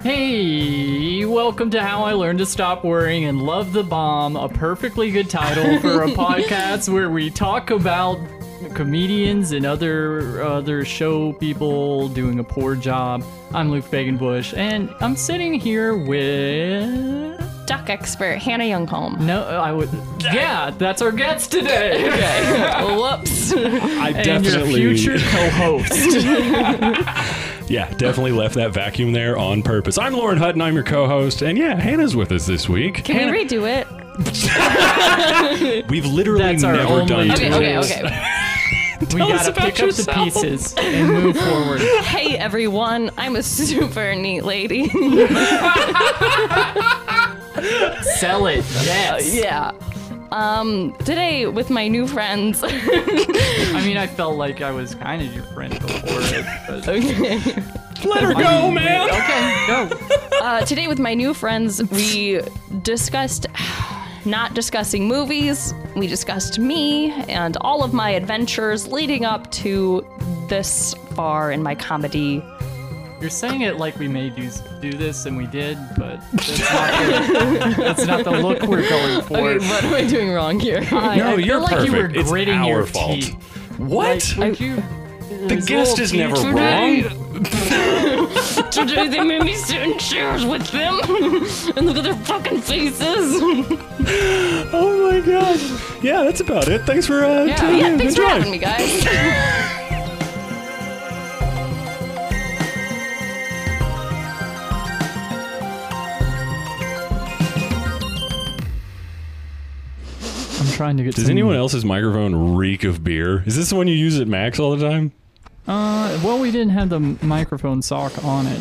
Hey, welcome to How I Learned to Stop Worrying and Love the Bomb, a perfectly good title for a podcast where we talk about comedians and other other show people doing a poor job. I'm Luke Fagenbush, and I'm sitting here with duck expert Hannah Youngholm. no, I would yeah, that's our guest today. Whoops. I And your definitely, future co-host. yeah, definitely left that vacuum there on purpose. I'm Lauren Hutton. I'm your co-host, and yeah, Hannah's with us this week. Can Hannah- we redo it? We've literally That's our never only done. Okay, Okay, two okay, of these. okay. we Tell us gotta about pick up yourself. the pieces and move forward. hey everyone, I'm a super neat lady. Sell it. Uh, Yes. yeah. Um, today with my new friends. I mean, I felt like I was kind of your friend before it, but okay. Let her go, man. okay, go. Uh, today with my new friends, we discussed not discussing movies. We discussed me and all of my adventures leading up to this far in my comedy You're saying it like we may do do this, and we did, but that's not the, that's not the look we're going for. Okay, what am I doing wrong here? No, I feel you're like perfect. you were it's gritting our your fault. teeth. What? Like, mm, would you, the guest is never today. wrong. Today they made me sit in chairs with them, and look at their fucking faces. Oh my gosh. Yeah, that's about it. Thanks for uh, Yeah, tuning in. thanks for Enjoy. having me, guys. I'm trying to get. Does anyone else's microphone reek of beer? Is this the one you use at Max all the time? Uh, well, we didn't have the microphone sock on it,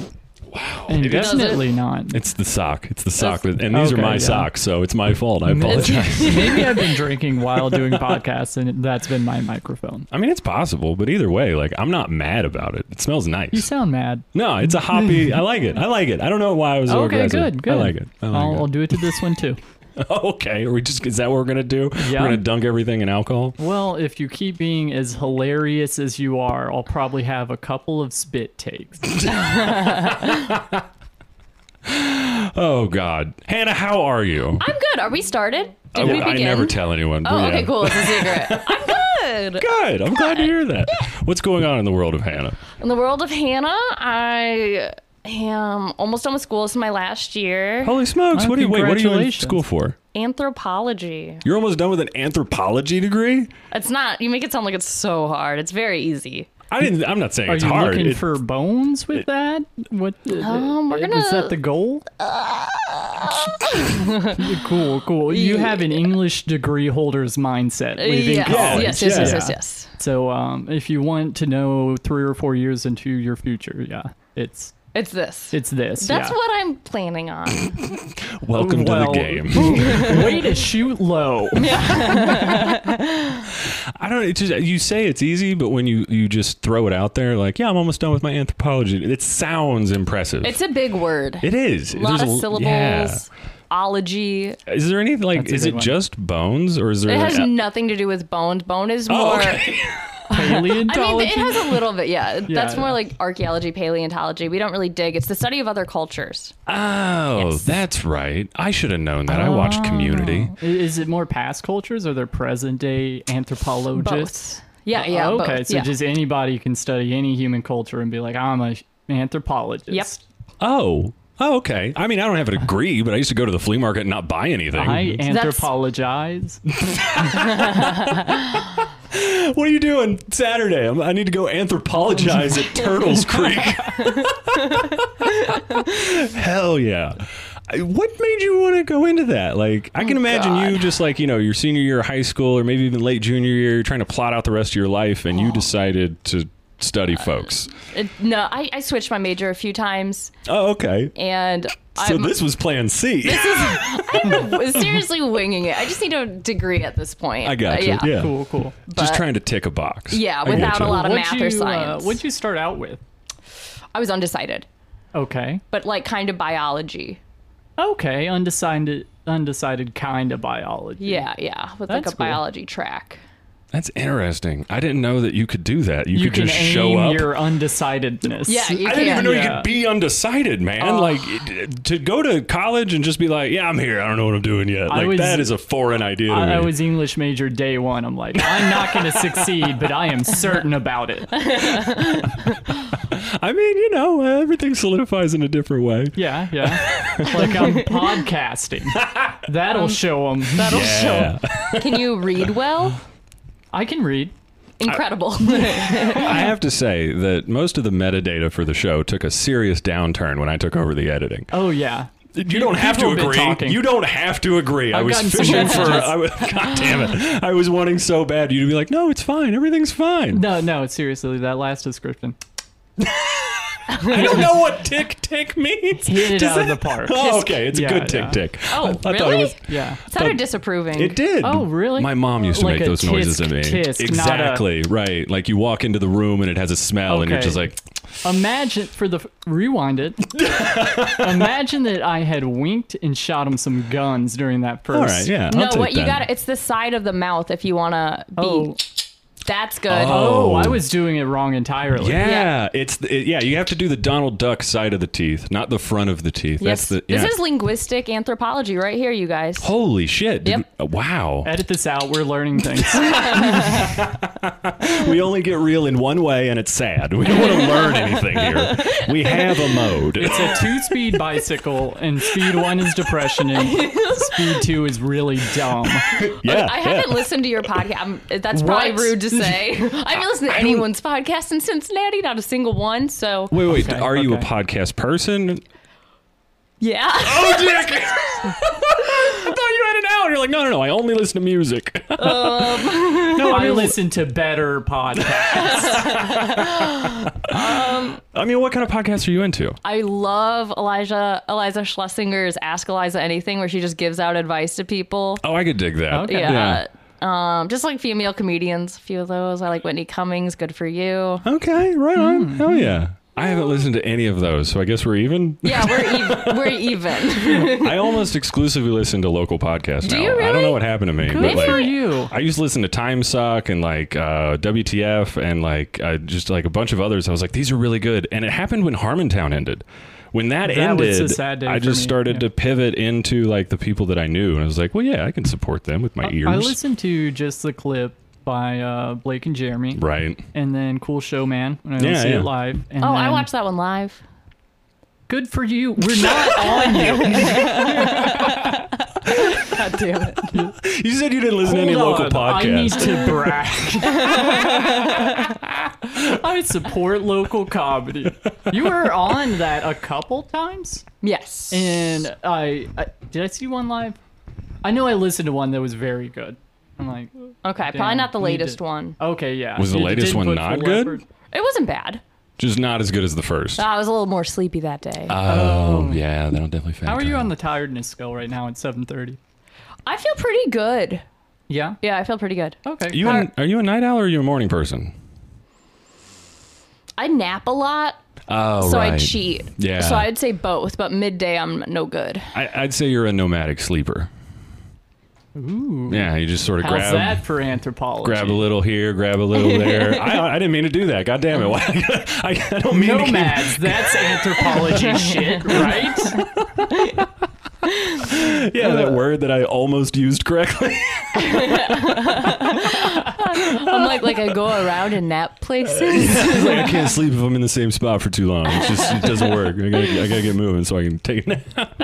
Wow. and It is- definitely not. It's the sock. It's the sock. that- And these Okay, are my yeah. socks, so it's my fault. I apologize. Maybe I've been drinking while doing podcasts, and that's been my microphone. I mean, it's possible, but either way, like I'm not mad about it. It smells You nice. sound mad. No, it's a hoppy. I like it. I like it. I don't know why I was so okay, aggressive. good, good. I like it. I will I'll like do it to this one too. it. Okay, are we just is that what we're gonna do? Yeah. We're gonna dunk everything in alcohol. Well, if you keep being as hilarious as you are, I'll probably have a couple of spit takes. Oh God, Hannah, how are you? I'm good. Are we started? Did I, we Oh, I begin? never tell anyone. but oh, okay, yeah. cool. It's a secret. I'm good. Good. I'm glad to hear that. What's going on in the world of Hannah? In the world of Hannah, I am almost done with school. This is my last year. Holy smokes! Oh, what are you wait? What are you in congratulations. school for? Anthropology. You're almost done with an anthropology degree. It's not. You make it sound like it's so hard. It's very easy. I didn't. I'm not saying Are it's you hard. looking It- for bones with that? What Um, we're is that gonna- the goal? cool, cool. You have an English degree holder's mindset. leaving Uh, yes. college, yes, yes, yes, yeah. yes, yes. So, um, if you want to know three or four years into your future, yeah, it's It's this. it's this. That's yeah. what I'm planning on. welcome well- to the game. Way to shoot low. I don't. It's just you say it's easy, but when you you just throw it out there, like yeah, I'm almost done with my anthropology. It sounds impressive. It's a big word. it is. a lot There's of l- syllables. Yeah. Ology. Is there any like? That's a Is good it one. just bones, or is there? It has an- nothing to do with bones. Bone is oh, more. okay. I mean, Paleontology. it has a little bit. Yeah, that's yeah. more like archaeology, paleontology. We don't really dig. It's the study of other cultures. oh, that's right. I should have known that. I watched Oh. Community. I- Is it more past cultures or they're present day anthropologists? Both. Yeah, yeah. Oh, okay, both. so yeah. just anybody can study any human culture and be like, I'm a anthropologist. Yep. Oh. Oh, okay. I mean, I don't have a degree, but I used to go to the flea market and not buy anything. I That's- anthropologize. what are you doing Saturday? I'm, I need to go anthropologize at Turtles Creek. Hell yeah. I- What made you want to go into that? Like, I can Oh, imagine you just like, you know, your senior year of high school or maybe even late junior year, you're trying to plot out the rest of your life and Oh. you decided to study folks. It- no, I, I switched my major a few times, Oh, okay. and So I'm this was plan C. was seriously winging it. I just need a degree at this point. I got Uh, you. yeah. Yeah. cool, cool. Just but- trying to tick a box. Yeah, I get without a you. lot of What'd math you, or science. Uh, what'd you start out with? I was undecided, Okay. but like kind of biology. Okay, undecided undecided kind of biology. Yeah, yeah, with like That's a cool. biology track. That's interesting. I didn't know that you could do that. You, You, could can just aim show up. your undecidedness. Yeah, you I didn't can. even know you Yeah. Oh. could be undecided, man. like it- to go to college and just be like, "Yeah, I'm here. I don't know what I'm doing yet." I Like was- that is a foreign idea to me. I, I was English major day one. I'm like, I'm not going to succeed, but I am certain about it. I mean, you know, uh, everything solidifies in a different way. Yeah, yeah. Like I'm podcasting. That'll show them. Um, That'll show 'em. Can you read well? I can read. Incredible. I have to say that most of the metadata for the show took a serious downturn when I took over the editing. Oh yeah. You don't have to people have been agree. talking. You don't have to agree. i I've was gotten some fishing for. messages. I was, God damn it! I was wanting so bad you to be like, "No, it's fine. Everything's fine." No, no. Seriously, that last description I don't know what tick tick means. hit it Does out of the that- park. Oh, okay. It's Yeah, a good yeah. tick tick. Oh, I thought really? It, was, Yeah. Sounded disapproving. it did. Oh, really? My mom used to Like make a those noises at tisk, me. tisk, not a- exactly. Right. Like you walk into the room and it has a smell, and you're Okay. just like, Imagine for the rewind it. Imagine that I had winked and shot him some guns during that first. "All right, yeah." I'll no, take what you that. got? It's the side of the mouth. If you want to be, Oh, that's good. oh, Oh. I was doing it wrong entirely. Yeah, Yeah. it's the, it, yeah. You have to do the Donald Duck side of the teeth, not the front of the teeth. yes. That's the yeah. This is linguistic anthropology right here, you guys. Holy shit! did Yep. we- wow. Edit this out. We're learning things. we only get real in one way, and it's sad. We don't want to learn anything here. We have a mode. It's a two-speed bicycle, and speed one is depression, and speed two is really dumb. Yeah, I yeah. haven't listened to your podcast. i that's probably What? rude to say. I haven't listened to anyone's podcast in Cincinnati, not a single one. So Wait, wait. Okay, are you a okay. podcast person? yeah, Oh, Jack! I thought you had an out. You're like, no, no, no. I only listen to music. No, I listen to better podcasts. I mean, what kind of podcasts are you into? I love Elijah Eliza Schlesinger's Ask Eliza Anything, where she just gives out advice to people. Oh, I could dig that. Okay. Yeah. Um, just like female comedians, a few of those. I like Whitney Cummings. Good for you. Okay, right on. Hmm. Hell yeah. I haven't listened to any of those, so I guess we're even. Yeah, we're even. We're even. I almost exclusively listen to local podcasts now. you I don't really? know what happened to me. Good but like, for you. I used to listen to Time Suck and like uh, WTF and like uh, just like a bunch of others. I was like, these are really good. And it happened when Harmontown ended. When that, That ended, was a sad day I for just me, started yeah. to pivot into like the people that I knew, and I was like, well, yeah, I can support them with my ears, I listened to just the clip by uh, Blake and Jeremy, right? and then Cool Showman when I don't Yeah, see yeah. it live. And Oh, I then- watched that one live. Good for you. We're not on you. God damn it. You said you didn't listen to any Hold local on, I need podcasts. to brag. I support local comedy. You were on that a couple times, Yes. and I, I did I see one live. I know I listened to one that was very good. I'm like, okay, probably damn, not the you latest did. one. okay, yeah. Was the You latest did one Foot not for good? Leopard. It wasn't bad. Just not as good as the first. I was a little more sleepy that day. oh, yeah, that'll definitely factor. How are you on the tiredness scale right now at 7:30? I feel pretty good. Yeah. Yeah, I feel pretty good. Okay. You an, are you a night owl or are you a morning person? I nap a lot, Oh, so I cheat. Yeah. So I'd say both, but midday I'm no good. I, I'd say you're a nomadic sleeper. Ooh. Yeah, you just sort of How's grab that for anthropology? grab a little here, grab a little there. I, I didn't mean to do that. God damn it! Why- I, I don't mean to. Nomads. That's anthropology shit, right? Keep, yeah, that word that I almost used correctly. I'm like like I go around and nap places. It's like I can't sleep if I'm in the same spot for too long. It's just it doesn't work. I gotta, I gotta get moving so I can take a nap.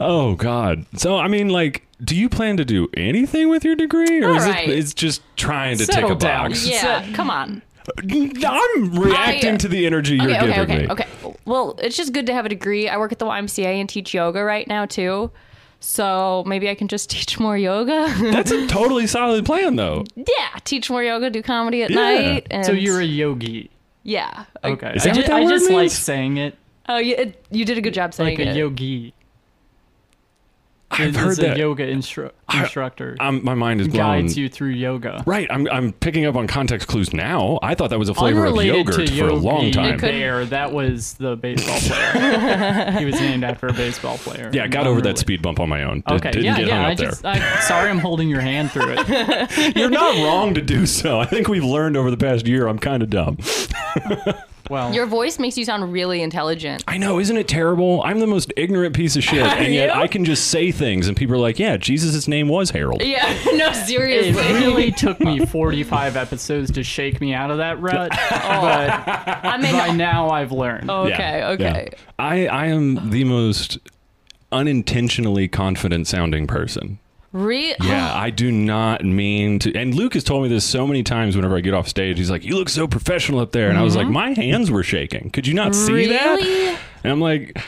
oh God! So I mean, like, do you plan to do anything with your degree, or All is right. it it's just trying to Settle tick a down. box? yeah, come on. I'm reacting I- to the energy you're okay, okay, giving okay, me. okay. Well, it's just good to have a degree. I work at the YMCA and teach yoga right now too. So maybe I can just teach more yoga. That's a totally solid plan, though. yeah, teach more yoga, do comedy at Yeah. night. And So you're a yogi. yeah. Okay. Is that I, ju- what that I word just like means? saying it Oh, you, it, you did a good job saying like a it. yogi. I've is heard is a that. yoga instru- instructor I'm, my mind is blown. guides you through yoga. Right, I'm, I'm picking up on context clues now. I thought that was a flavor Unrelated of to yogurt for a Yogi long time. Bear, that was the baseball player. he was named after a baseball player. Yeah, I got over that Unrelated. speed bump on my own. Did, Okay, Didn't yeah, get yeah. hung I up just, I, sorry, I'm holding your hand through it. there. You're not wrong to do so. I think we've learned over the past year. I'm kind of dumb. Well, Your voice makes you sound really intelligent. I know, isn't it terrible? I'm the most ignorant piece of shit, and yet you? I can just say things, and people are like, "Yeah, Jesus' name was Harold." Yeah, no, it seriously. really took me 45 episodes to shake me out of that rut, Oh. but I mean, by now I've learned. okay, Yeah, okay. yeah. I I am the most unintentionally confident sounding person. Re- Yeah, I do not mean to. And Luke has told me this so many times whenever I get off stage. He's like, You look so professional up there. And I was like, My hands were shaking. Could you not see Really? that? And I'm like,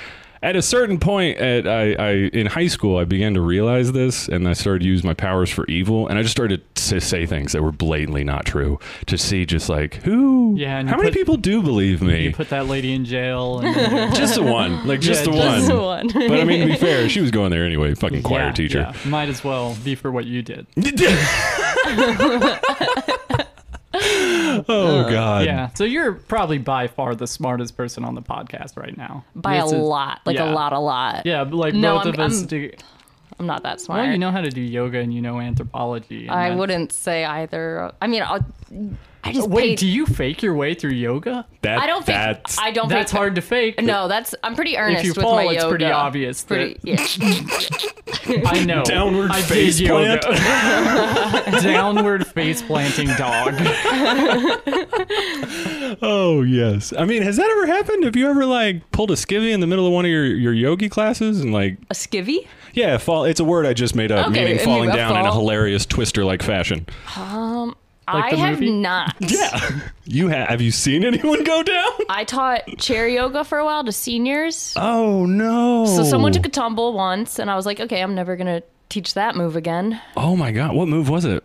at a certain point at I, I in high school I began to realize this and I started to use my powers for evil and I just started to say things that were blatantly not true to see just like who Yeah, and how you many put- people do believe me You put that lady in jail. And just the one like just Yeah, the just one the one. but I mean to be fair she was going there anyway fucking choir Yeah, teacher yeah. Might as well be for what you did. oh god Yeah. So you're probably by far the smartest person on the podcast right now. by a This is- lot, like yeah. a lot, a lot. Yeah, but like No, both I'm- of us I'm- do. I'm not that smart. Well, you know how to do yoga and you know anthropology. and I that's- wouldn't say either. I mean, I'll, I just Wait, paid- do you fake your way through yoga? that I don't think that's I don't. That's think, hard to fake. No, that's I'm pretty earnest you with fall, my it's yoga. pretty obvious Pretty, that- yeah. I know. Downward I face did plant. yoga. Downward face planting dog. Oh yes. I mean, has that ever happened? Have you ever like pulled a skivvy in the middle of one of your, your yogi classes and like a skivvy? yeah, fall it's a word I just made up, Okay, meaning and falling you- a down in a fall. hilarious twister like fashion. Like I the have movie? not. Yeah. you ha- have you seen anyone go down? I taught chair yoga for a while to seniors. Oh no. So someone took a tumble once, and I was like, okay, I'm never gonna teach that move again. Oh my god, what move was it?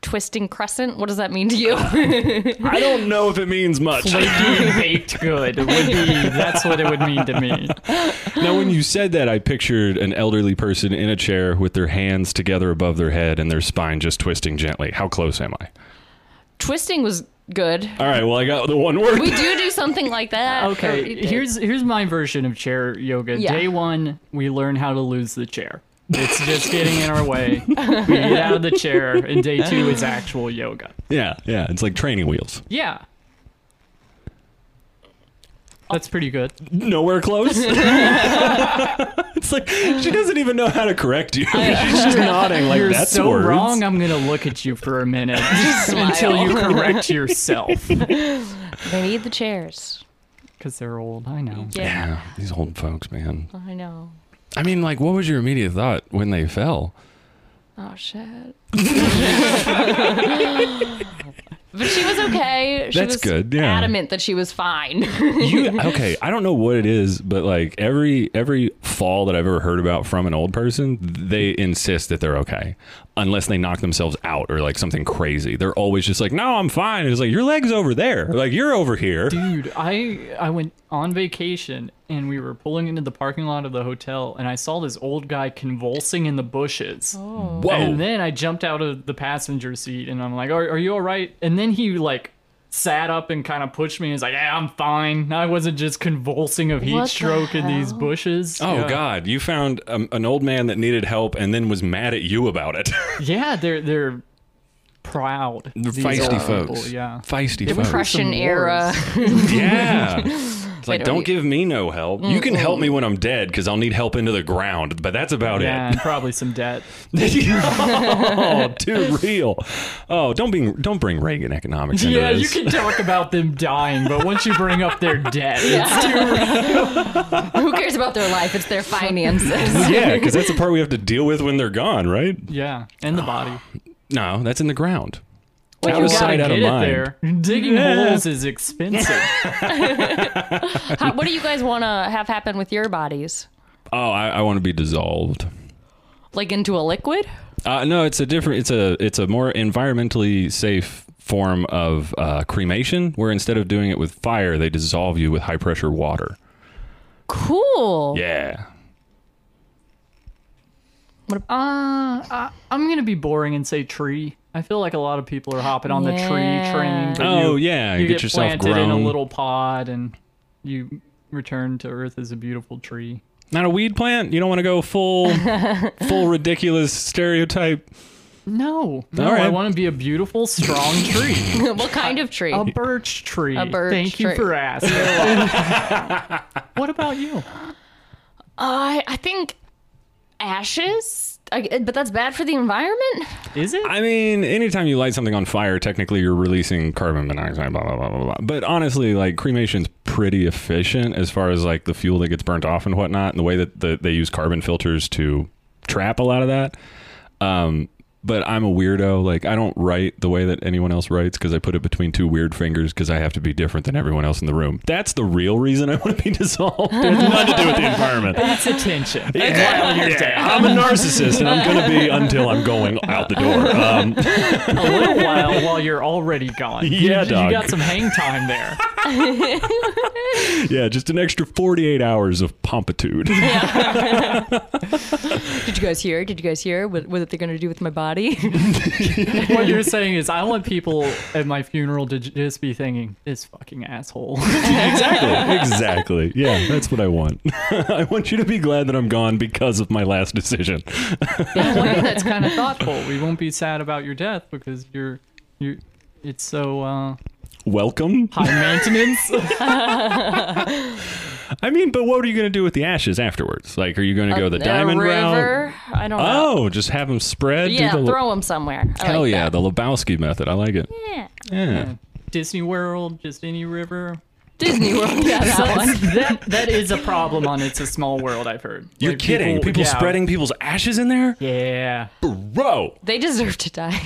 Twisting crescent. What does that mean to you? I don't know if it means much. Flaky baked good would be. That's what it would mean to me. now when you said that, I pictured an elderly person in a chair with their hands together above their head and their spine just twisting gently. How close am I? Twisting was good. All right, well, I got the one word. We do do something like that. Or we Okay, did. here's here's my version of chair yoga. Yeah. Day one, we learn how to lose the chair. It's just getting in our way. We get out of the chair, and day two is actual yoga. yeah, yeah, it's like training wheels. Yeah. That's pretty good. nowhere close. it's like she doesn't even know how to correct you. She's just nodding like You're that's so words. wrong. I'm gonna look at you for a minute until you correct yourself. they need the chairs. Because they're old. I know. Yeah, Yeah, these old folks, man. I know. I mean, like, what was your immediate thought when they fell? Oh shit. but she was okay. She That's was good, yeah. adamant that she was fine. You okay? I don't know what it is, but like every every fall that I've ever heard about from an old person, they insist that they're okay, unless they knock themselves out or like something crazy. They're always just like, "No, I'm fine." It's like your leg's over there, like you're over here. Dude, I I went on vacation and we were pulling into the parking lot of the hotel and I saw this old guy convulsing in the bushes. Oh. Whoa! And then I jumped out of the passenger seat and I'm like, "Are, are you all right?" And then he like sat up and kind of pushed me and was like, "Yeah, I'm fine. I wasn't just convulsing of heat What the stroke in these bushes." Oh yeah. God! You found um, an old man that needed help and then was mad at you about it. Yeah, they're they're proud. These old people, yeah. Feisty Prussian Some era. Yeah. It's like, don't e give me no help. You can help me when I'm dead because I'll need help into the ground, but that's about Yeah, and probably some debt. it. oh, too real. Oh, don't be, don't bring Reagan economics into Yeah, you this. can talk about them dying, but once you bring up their debt, it's Who cares about their life? It's their finances. yeah, because that's the part we have to deal with when they're gone, right? Yeah, and the body. No, that's in the ground. But out you of sight, gotta out of get it mind. there. Digging Yeah. holes is expensive. How, what do you guys want to have happen with your bodies? Oh, I, I want to be dissolved. Like into a liquid? Uh, no, it's a different. It's a it's a more environmentally safe form of uh, cremation, where instead of doing it with fire, they dissolve you with high pressure water. Cool. Yeah. Uh, I, I'm gonna be boring and say tree. I feel like a lot of people are hopping on the Yeah. tree train. but Oh, you- yeah, you get get, yourself planted in a grown. little pod and you return to Earth as a beautiful tree. Not a weed plant. You don't want to go full, full ridiculous stereotype. No, no, All I right. want to be a beautiful, strong tree, what kind of tree? a birch tree. A birch Thank you tree. for asking. what about you? I I think ashes, I, but that's bad for the environment. Is it? I mean, anytime you light something on fire, technically you're releasing carbon monoxide, blah, blah, blah, blah, blah. But honestly, like cremation's pretty efficient as far as like the fuel that gets burnt off and whatnot, and the way that the, they use carbon filters to trap a lot of that. Um, but I'm a weirdo. Like, I don't write the way that anyone else writes because I put it between two weird fingers because I have to be different than everyone else in the room. That's the real reason I want to be dissolved. It's nothing to do with the environment. it's attention. I'm a narcissist, and I'm going to be until I'm going out the door. Um, a little while while you're already gone. You- Yeah, you, dog. got some hang time there. yeah, just an extra 48 hours of pompitude. Did you guys hear? Did you guys hear what, what they're going to do with my body? what you're saying is, I want people at my funeral to j- just be thinking, "This fucking asshole." exactly. Exactly. Yeah, that's what I want. I want you to be glad that I'm gone because of my last decision. that's kind of thoughtful. We won't be sad about your death because you're you. It's so uh, Welcome. high maintenance. I mean, but what are you going to do with the ashes afterwards? Like, are you going to go the diamond a river. route? I don't know. Oh, just have them spread? yeah, do the, throw them somewhere. I Hell like yeah, that. the Lebowski method. I like it. Yeah. Yeah. Disney World, just any river. Disney World. Yeah, that one. That that is a problem on It's a Small World. I've heard. You're Like, kidding. People, yeah. spreading people's ashes in there? Yeah. Bro. They deserve to die.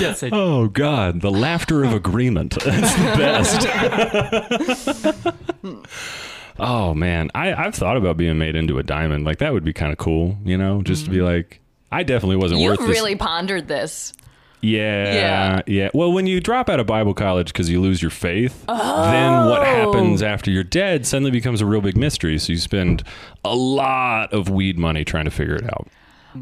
Yes, I Oh, God. The laughter of agreement. That's the best. oh, man. I, I've thought about being made into a diamond. Like, that would be kind of cool, you know? Just to be like, I definitely wasn't You've worth this. Mm-hmm. really pondered this. Yeah, yeah. Yeah. Well, when you drop out of Bible college because you lose your faith, then Oh. what happens after you're dead suddenly becomes a real big mystery. So you spend a lot of weed money trying to figure it out.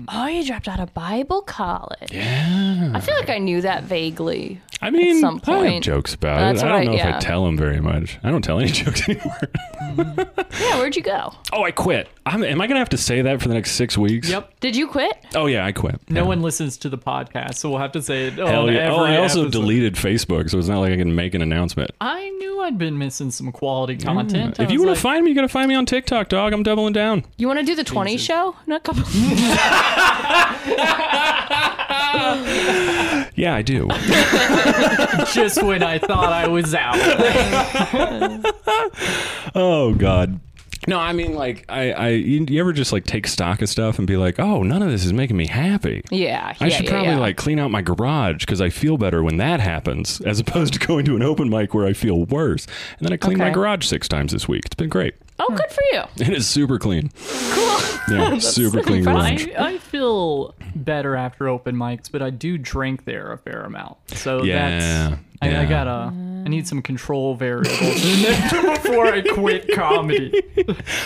Oh, you dropped out of Bible college. Yeah. I feel like I knew that vaguely. I mean, some I have point. jokes about That's it. I what don't I- know if I yeah. tell them very much. I don't tell any jokes anymore. Yeah, where'd you go? oh, I quit. I'm, am I going to have to say that for the next six weeks? Yep. Did you quit? Oh, yeah, I quit. No Yeah. one listens to the podcast, so we'll have to say it. Hell on yeah. Oh, every I also episode. deleted Facebook, so it's not like I can make an announcement. I knew I'd been missing some quality content. I Mm. If you was want like, to find me, you got to find me on TikTok, dog. I'm doubling down. You want to do the 20 show in a couple? Hmm? Yeah, I do. just when I thought I was out. Oh God. No, I mean like I, I you, you ever just like take stock of stuff and be like, oh, none of this is making me happy. Yeah. I yeah, should yeah, probably yeah. like clean out my garage because I feel better when that happens, as opposed to going to an open mic where I feel worse. And then I cleaned my Okay. garage six times this week. It's been great. Hmm. Oh, good for you. It is super clean. Cool. Yeah, super clean garage. I, I feel better after open mics, but I do drink there a fair amount. So Yeah, that's I, I yeah. gotta I need some control variables in there before I quit comedy.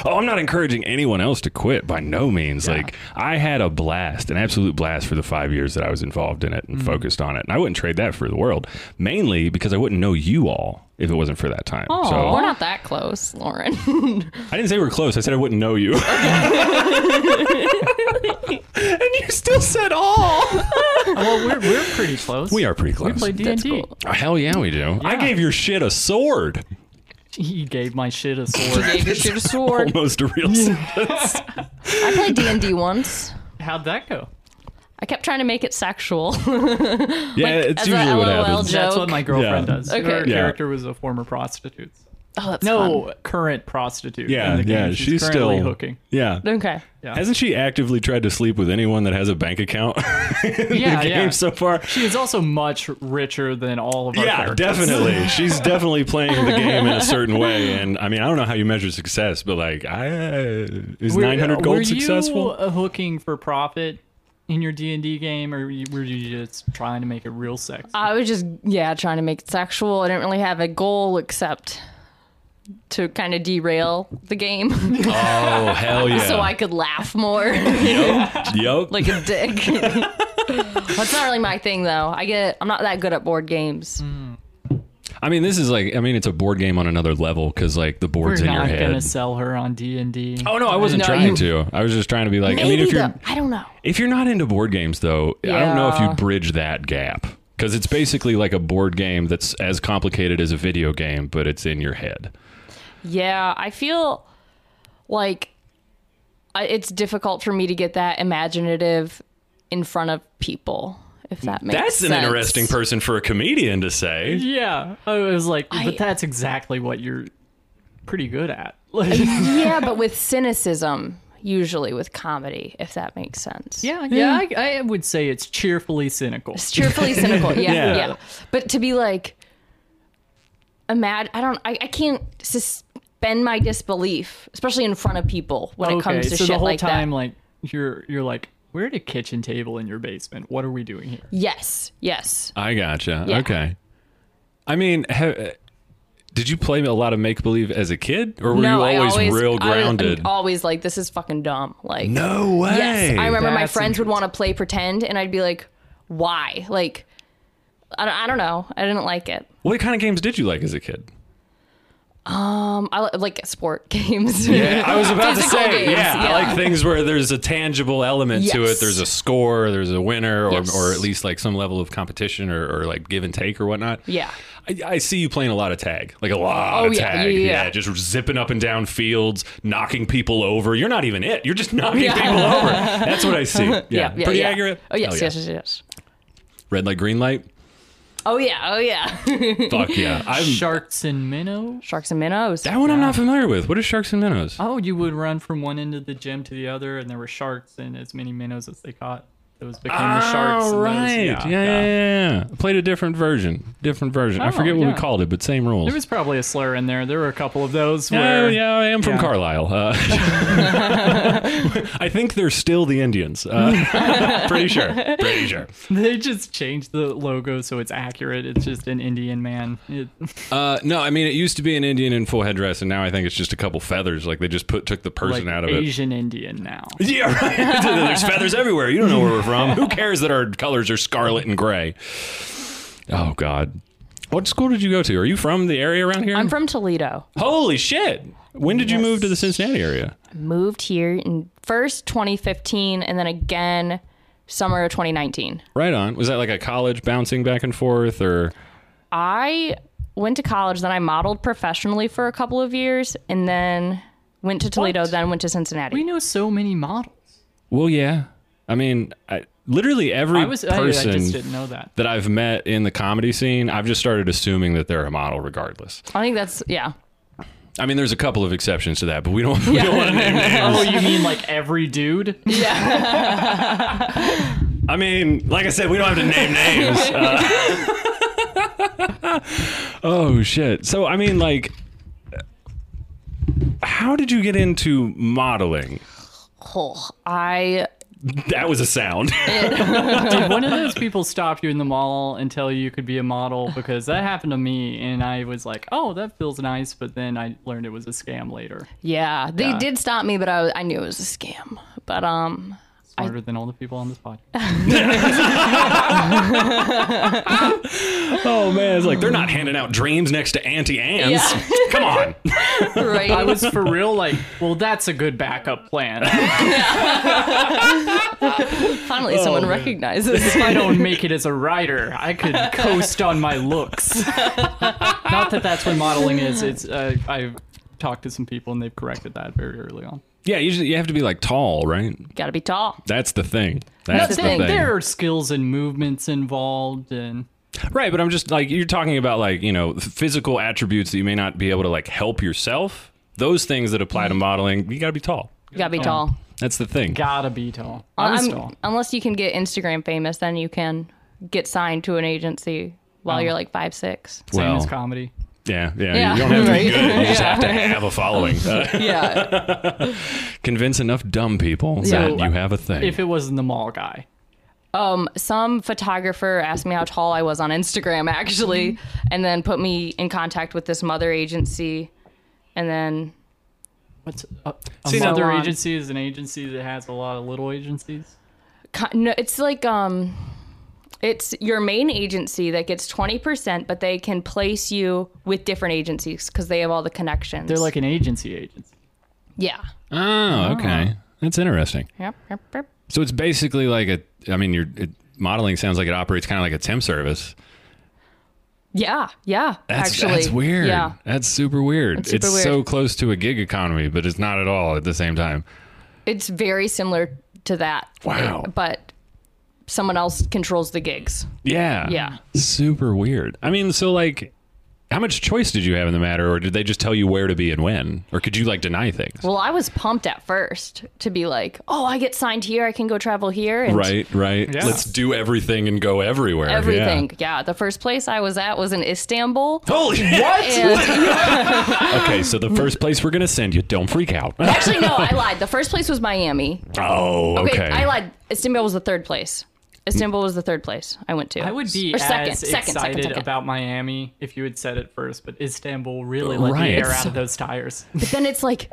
Oh, I'm not encouraging anyone else to quit by no means. Like I had a blast, an absolute blast for the five years that I was involved in it and focused on it. And I wouldn't trade that for the world. Mainly because I wouldn't know you all if it wasn't for that time. Oh, we're so not that close, Lauren. I didn't say we're close. I said I wouldn't know you. and you still said all. Well, we're we're pretty close. We are pretty close. We play D and D. cool. Oh, hell yeah, we do. I gave your shit a sword. He gave my shit a sword. Gave your shit a sword. Almost a real sentence. I played D&D once. Howed that go? I kept trying to make it sexual. Oh, Yeah, it's as a usually what LOL happens. joke. That's what my girlfriend Yeah. does. Okay. Her Yeah. character was a former prostitute. Oh, that's No, current prostitute. Yeah, in the game. yeah, She's, she's currently still hooking. Yeah. fun. Okay. Yeah. Hasn't she actively tried to sleep with anyone that has a bank account in Yeah, the game Uh, yeah. so far? She is also much richer than all of our Yeah, characters. definitely. She's definitely playing the game in a certain way, and I mean, I don't know how you measure success, but like, I, is Were- nine hundred were gold you, successful? uh, hooking for profit in your D and D game, or you- were you just trying to make it real sex? I was just, yeah, trying to make it sexual. I didn't really have a goal except to kind of derail the game Oh hell yeah! so I could laugh more yep. like a dick. That's not really my thing though. I get I'm not that good at board games. I mean, this is like I mean, it's a board game on another level because like the board's We're in your not head. gonna sell her on D and D. Oh no, I wasn't No, trying you- to. I was just trying to be like. I mean, Maybe if you're though. I don't know. if you're not into board games though, I don't know if you Yeah. bridge that gap because it's basically like a board game that's as complicated as a video game, but it's in your head. Yeah, I feel like I- it's difficult for me to get that imaginative in front of people. If that makes That's an sense. interesting person for a comedian to say. Yeah, I was like, I- but that's exactly what you're pretty good at. Like, yeah, but with cynicism, usually with comedy, if that makes sense. yeah, yeah, I, I would say it's cheerfully cynical. It's cheerfully cynical. Yeah, Yeah. yeah. But to be like, imagine, I don't, I, I can't suspend my disbelief, especially in front of people when it comes to so shit the whole like time, that. like you're you're like, we're at a kitchen table in your basement. What are we doing here? Yes, yes. I gotcha. Yeah. Okay. I mean, ha- uh, did you play a lot of make believe as a kid, or were no, you always, I always real I was- I'm grounded? always like, this is fucking dumb. Like, no way. yes. I remember my That's friends would want to play pretend, and I'd be like, why? Like, I don't, I don't know. I didn't like it. What kind of games did you like as a kid? Um, I li- like sport games. Yeah, I was about to Physical say, games, yeah, yeah. I like things where there's a tangible element to it. Yes. There's a score, there's a winner, or, Yes. or at least like some level of competition or, or like give and take or whatnot. Yeah. I, I see you playing a lot of tag, like a lot Oh, of yeah, tag. yeah, yeah. just zipping up and down fields, knocking people over. You're not even it. You're just knocking Yeah. people over. That's what I see. Yeah, yeah, yeah, pretty yeah. accurate. Oh yes, Hell yeah. yes, yes, yes. Red light, green light. Oh yeah, oh yeah. Fuck yeah. I'm, Sharks and minnow. Sharks and minnows. that one I'm not familiar with. What is sharks and minnows? Oh, you would run from one end of the gym to the other, and there were sharks and as many minnows as they caught. Those became the sharks. Oh, and those- right. yeah, yeah, yeah, yeah. Played a different version. Different version. I Oh, forget what we yeah. called it, but same rules. There was probably a slur in there. There were a couple of those yeah, where yeah, I am from Yeah. Carlisle. Uh, I think they're still the Indians. Uh, pretty sure. Pretty sure. they just changed the logo so it's accurate. It's just an Indian man. It, Uh, no, I mean it used to be an Indian in full headdress, and now I think it's just a couple feathers. Like they just put took the like person out of it. Asian Indian now. Yeah, right. There's feathers everywhere. You don't know where we're from. Who cares that our colors are scarlet and gray? Oh God. What school did you go to? Are you from the area around here? I'm from Toledo. Holy shit! When did you move to the Cincinnati area? Moved here in first 2015 and then again summer of 2019. Right on. Was that like a college bouncing back and forth, or I went to college, then I modeled professionally for a couple of years and then went to Toledo, What? then went to Cincinnati. We know so many models. well, yeah. I mean, I, literally every I was I- person I just didn't know that. that I've met in the comedy scene, I've just started assuming that they're a model, regardless. I think that's yeah. I mean, there's a couple of exceptions to that, but we don't. We don't want to name names. Oh, you mean like every dude? I mean, like I said, we don't have to name names. Uh, oh shit! So I mean, like, how did you get into modeling? Oh, I That was a sound. Did one of those people stop you in the mall and tell you you could be a model? Because that happened to me, and I was like, "Oh, that feels nice," but then I learned it was a scam later. yeah, they did stop me, but I, was- I knew it was a scam. But um Smarter than all the people on this podcast. Oh man, it's like they're not handing out dreams next to Auntie Anne's. Come on. right. I was for real like, "Well, that's a good backup plan." finally Oh. someone recognizes. If I don't make it as a writer, I could coast on my looks. Not that that's what modeling is. It's uh, I've talked to some people and they've corrected that very early on. Yeah, usually you have to be like tall, right? Got to be tall. That's the thing. That's the thing. thing. There are skills and movements involved, and Right, but I'm just like you're talking about like, you know, physical attributes that you may not be able to like help yourself. Those things that apply to modeling, you got to be tall. Got to be tall. That's the thing. gotta be tall. I was I'm- tall. Unless you can get Instagram famous, then you can get signed to an agency Oh. while you're like five six. Same Well, as comedy. yeah, yeah, Yeah, You don't have to be right. good. You just have to have a following. Uh, Yeah, convince enough dumb people So, that you have a thing. If it wasn't the mall guy, um, some photographer asked me how tall Mm-hmm. I was on Instagram actually, and then put me in contact with this mother agency, and then What's a, a See, now- mother Salon. agency is an agency that has a lot of little agencies. ki- no, it's like um it's your main agency that gets 20% but they can place you with different agencies because they have all the connections They're like an agency agency. yeah Oh, okay. That's interesting. yep, yep, yep. So it's basically like a. I mean, your it, modeling sounds like it operates kind of like a temp service. yeah yeah That's, actually that's weird. yeah That's super weird. That's super it's so close to a gig economy, but it's not at all at the same time. it's very similar to that Wow. but someone else controls the gigs Yeah. Yeah. Super weird. I mean, so like, how much choice did you have in the matter, or did they just tell you where to be and when, or could you like deny things? well i was pumped at first to be like oh i get signed here i can go travel here and right. Right. Yeah. Let's do everything and go everywhere. Yeah. everything yeah. the first place i was at was in istanbul Holy and okay, so the first place we're gonna send you, don't freak out. actually no i lied the first place was miami oh, okay. okay i lied istanbul was the third place istanbul was the third place i went to I would be or as second excited second second second about Miami if you had said it first, but Istanbul really let Right. the air It's out of those tires. but then it's like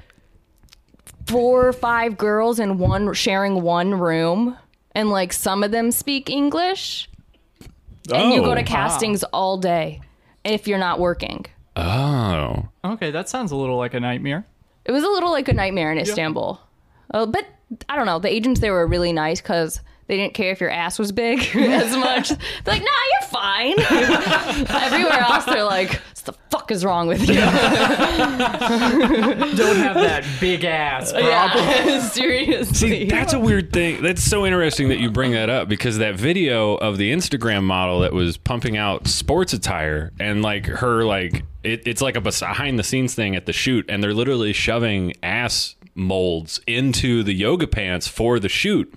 four or five girls in one sharing one room and like some of them speak english and you Oh. go to castings all day if you're not working Oh, okay, that sounds a little like a nightmare. it was a little like a nightmare in Istanbul. Uh, but I don't know. The agents there were really nice because they didn't care if your ass was big as much. They're like, nah, you're fine. Everywhere else, they're like, what the fuck is wrong with you? Don't have that big ass. Bro. Yeah, seriously. See, that's a weird thing. That's so interesting that you bring that up because that video of the Instagram model that was pumping out sports attire and like her like it, it's like a behind the scenes thing at the shoot and they're literally shoving ass molds into the yoga pants for the shoot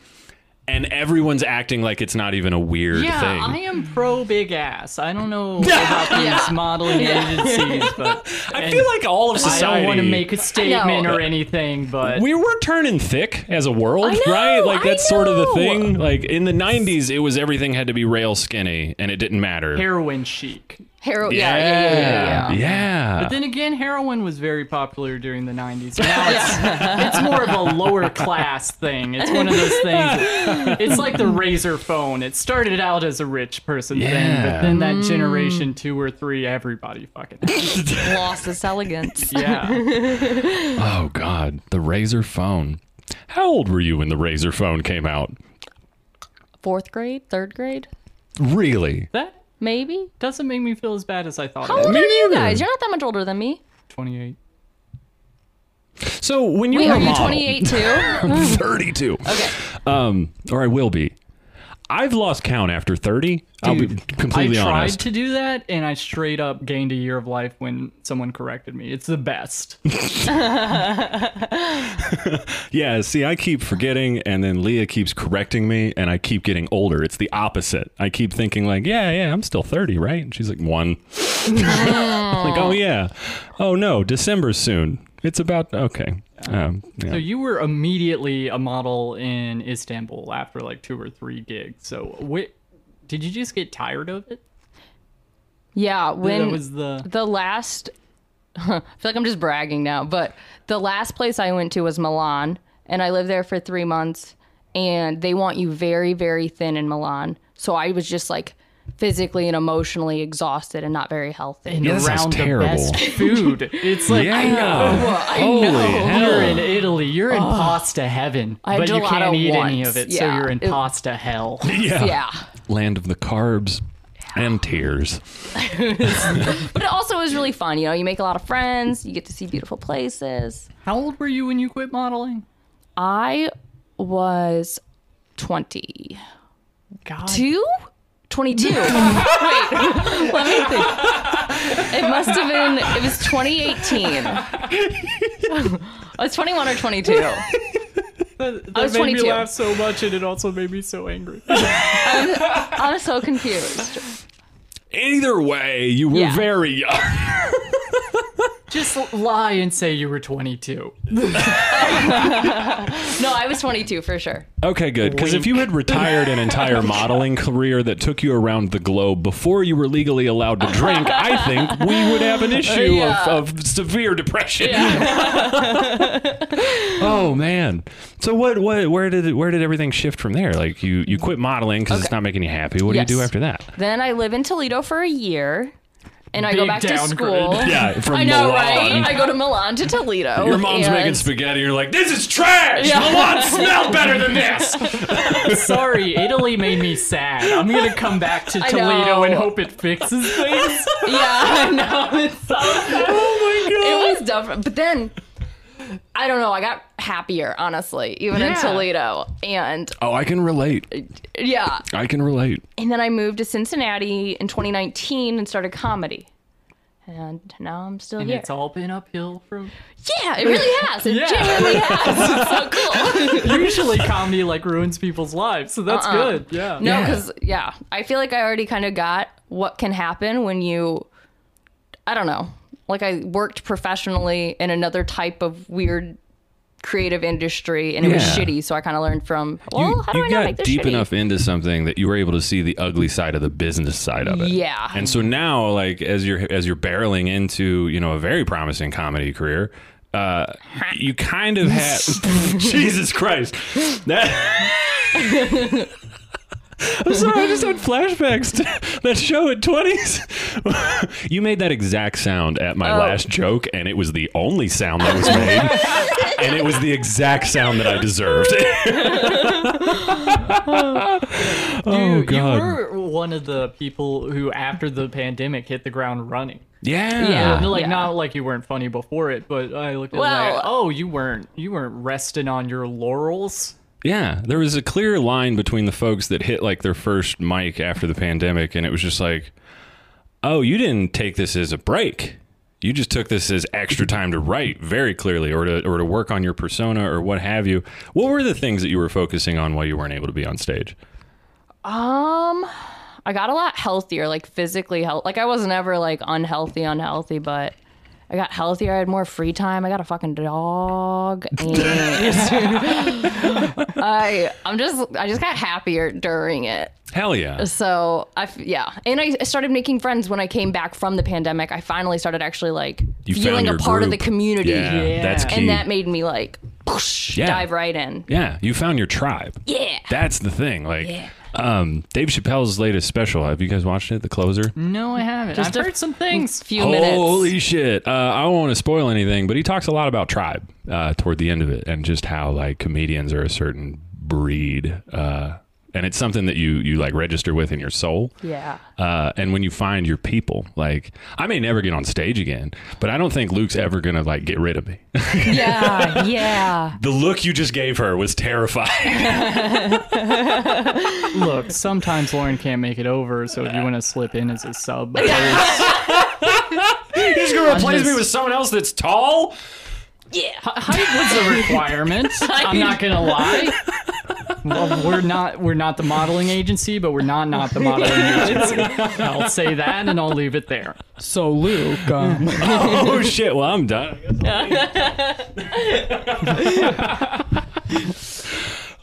and everyone's acting like it's not even a weird Yeah, thing. I am pro big ass. I don't know about these modeling agencies, but I feel like all of I society don't want to make a statement know. or anything, but we were turning thick as a world, know, right? Like I that's sort of the know. thing. Like in the '90s, it was everything had to be rail skinny, and it didn't matter. heroin chic. Hero- yeah, yeah, yeah, yeah, yeah. Yeah. But then again, heroin was very popular during the 90s. Now it's, it's more of a lower class thing. It's one of those things. it's like the razor phone. It started out as a rich person thing, Yeah. but then that generation two or three, everybody fucking. Lost its elegance. Yeah. oh God, the Razor phone. How old were you when the Razor phone came out? Fourth grade, third grade, Really? That maybe? doesn't make me feel as bad as I thought How it old would. are you neither. guys? You're not that much older than me. 28. So when you Wait, were are a you model, 28 too? 32. Okay. Um, or I will be. I've lost count after 30. I'll be Dude, I completely tried honest. to do that, and I straight up gained a year of life when someone corrected me. It's the best. Yeah, see, I keep forgetting, and then Leah keeps correcting me, and I keep getting older. It's the opposite. I keep thinking like, yeah, yeah, I'm still 30, right? And she's like, one. I'm like, oh yeah, oh no, December's soon. It's about okay. Um, yeah. So you were immediately a model in Istanbul after like two or three gigs. So wh- did you just get tired of it? yeah, that when was the the last I feel like I'm just bragging now, but the last place I went to was Milan and I lived there for 3 months and they want you very very thin in Milan. So I was just like physically and emotionally exhausted and not very healthy. Yeah, that sounds around the terrible. best food. It's like "Oh, yeah. Oh. know. Holy you're in hell. Italy. You're in pasta heaven, had but you gelato can't eat any once, of it, so yeah. you're in It- pasta hell. Yeah. Yeah. Land of the carbs and tears. But it also was really fun, you know, you make a lot of friends, you get to see beautiful places. How old were you when you quit modeling? I was 20. God, two? 22. Wait, let me think. It must have been, it was 2018. I was 21 or 22. that, that was made 22. me laugh so much, and it also made me so angry. I was so confused. Either way, you were Yeah. very young. Just lie and say you were 22. No, I was 22 for sure. Okay, good. Because if you had retired an entire modeling career that took you around the globe before you were legally allowed to drink, I think we would have an issue of, of severe depression. oh man! So what? What? Where did it, where did everything shift from there? Like you you quit modeling because it's not making you happy. What do you do Yes. after that? Then I live in Toledo for a year, and I go Big back to downgrade. school. Yeah, from I know, Milan. right? I go to Milan to Toledo. Your mom's and- making spaghetti. You're like, this is trash. Yeah. Milan smelled better than this. Sorry, Italy made me sad. I'm gonna come back to know. Toledo and hope it fixes things. Yeah, I know. It's so oh my god. it was different. But then I don't know. I got happier, honestly, even in Yeah. Toledo, and Oh, I can relate. yeah. I can relate. And then I moved to Cincinnati in 2019 and started comedy. And now I'm still and here. it's all been uphill from. yeah, it really has. It Yeah. genuinely has. It's so cool. Usually, comedy like ruins people's lives, so that's Uh-uh. good. Yeah. No, Yeah. because yeah. I feel like I already kind of got what can happen when you, I don't know, like I worked professionally in another type of weird creative industry, and it was Yeah. shitty. So I kind of learned from well, you, how do you I got not make this deep shitty? enough into something that you were able to see the ugly side of the business side of it. Yeah. Mm-hmm. And so now, like as you're as you're barreling into you know a very promising comedy career, uh, you kind of have Jesus Christ. That- I'm sorry, I just had flashbacks to that show at 20s. you made that exact sound at Oh. my last joke, and it was the only sound that was made. and it was the exact sound that I deserved. You- oh, God. You were one of the people who, after the pandemic, hit the ground running. Yeah. Yeah. And, like not like you weren't funny before it, but I looked at it Well- like, oh, you weren't you weren't resting on your laurels. Yeah, there was a clear line between the folks that hit like their first mic after the pandemic, and it was just like, oh, you didn't take this as a break. You just took this as extra time to write, very clearly, or to or to work on your persona or what have you. What were the things that you were focusing on while you weren't able to be on stage? Um, I got a lot healthier, like physically health. Like I wasn't ever like unhealthy, unhealthy, but I got healthier. I had more free time. I got a fucking dog, and I I'm just I just got happier during it. Hell yeah! So I f- yeah, and I started making friends when I came back from the pandemic. I finally started actually like You feeling found a your part of the group. community, Yeah, that's key. and that made me like poosh, Yeah. dive right in. yeah, you found your tribe. Yeah. That's the thing. Like, um, Dave Chappelle's latest special. Have you guys watched it? The Closer. No, I haven't. I've a heard some things. Few minutes. Holy shit! Uh, I don't want to spoil anything, but he talks a lot about tribe uh, toward the end of it, and just how like comedians are a certain breed, uh, and it's something that you you like register with in your soul. Yeah. Uh, and when you find your people, like I may never get on stage again, but I don't think Luke's ever gonna like get rid of me. Yeah. Yeah. the look you just gave her was terrifying. Look, sometimes Lauren can't make it over, so if you want to slip in as a sub, He's gonna replace me just- with someone else that's tall. height was a requirement. I'm not gonna lie. Well, we're not we're not the modeling agency, but we're not not the modeling agency. I'll say that, and I'll leave it there. So Luke, um, oh shit! Well, I'm done. I guess I'll leave.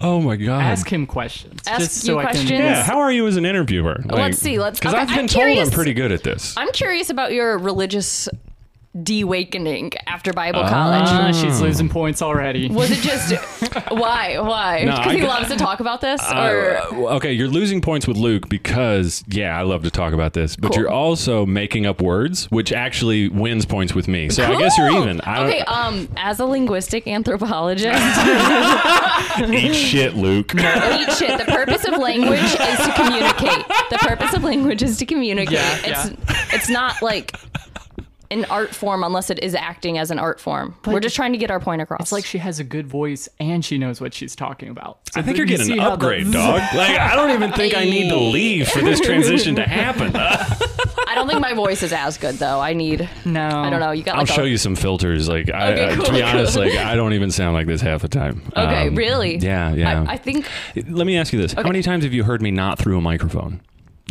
oh my god! Ask him questions. Ask just you so I questions. can, Yeah, how are you as an interviewer? see, let's- because okay, I've been I'm told curious. I'm pretty good at this. I'm curious about your religious dewakening after Bible Uh. college. Ah, Hmm. she's losing points already. Was it just why? Why? No, Because I- he loves to talk about this, or Uh, okay, you're losing points with Luke because yeah, I love to talk about this, but you're also making up words, which actually wins points with me. So I guess you're Cool. even. I don't okay. Um, as a linguistic anthropologist, eat shit, Luke. eat shit. The purpose of language is to communicate. The purpose of language is to communicate. Yeah, it's it's not like an art form unless it is acting as an art form. We're just trying to get our point across. It's like she has a good voice and she knows what she's talking about. So I think you're you getting see an how the- upgrade, dog. Like I don't even think I need to leave for this transition to happen. I don't think my voice is as good though. I need. No, I don't know. You got. I'll Like a- show you some filters. Like I, Okay, I- cool, to be cool. honest, like I don't even sound like this half the time. Okay, Um, really? Yeah, yeah. I, I think Let me ask you this: How many times have you heard me not through a microphone?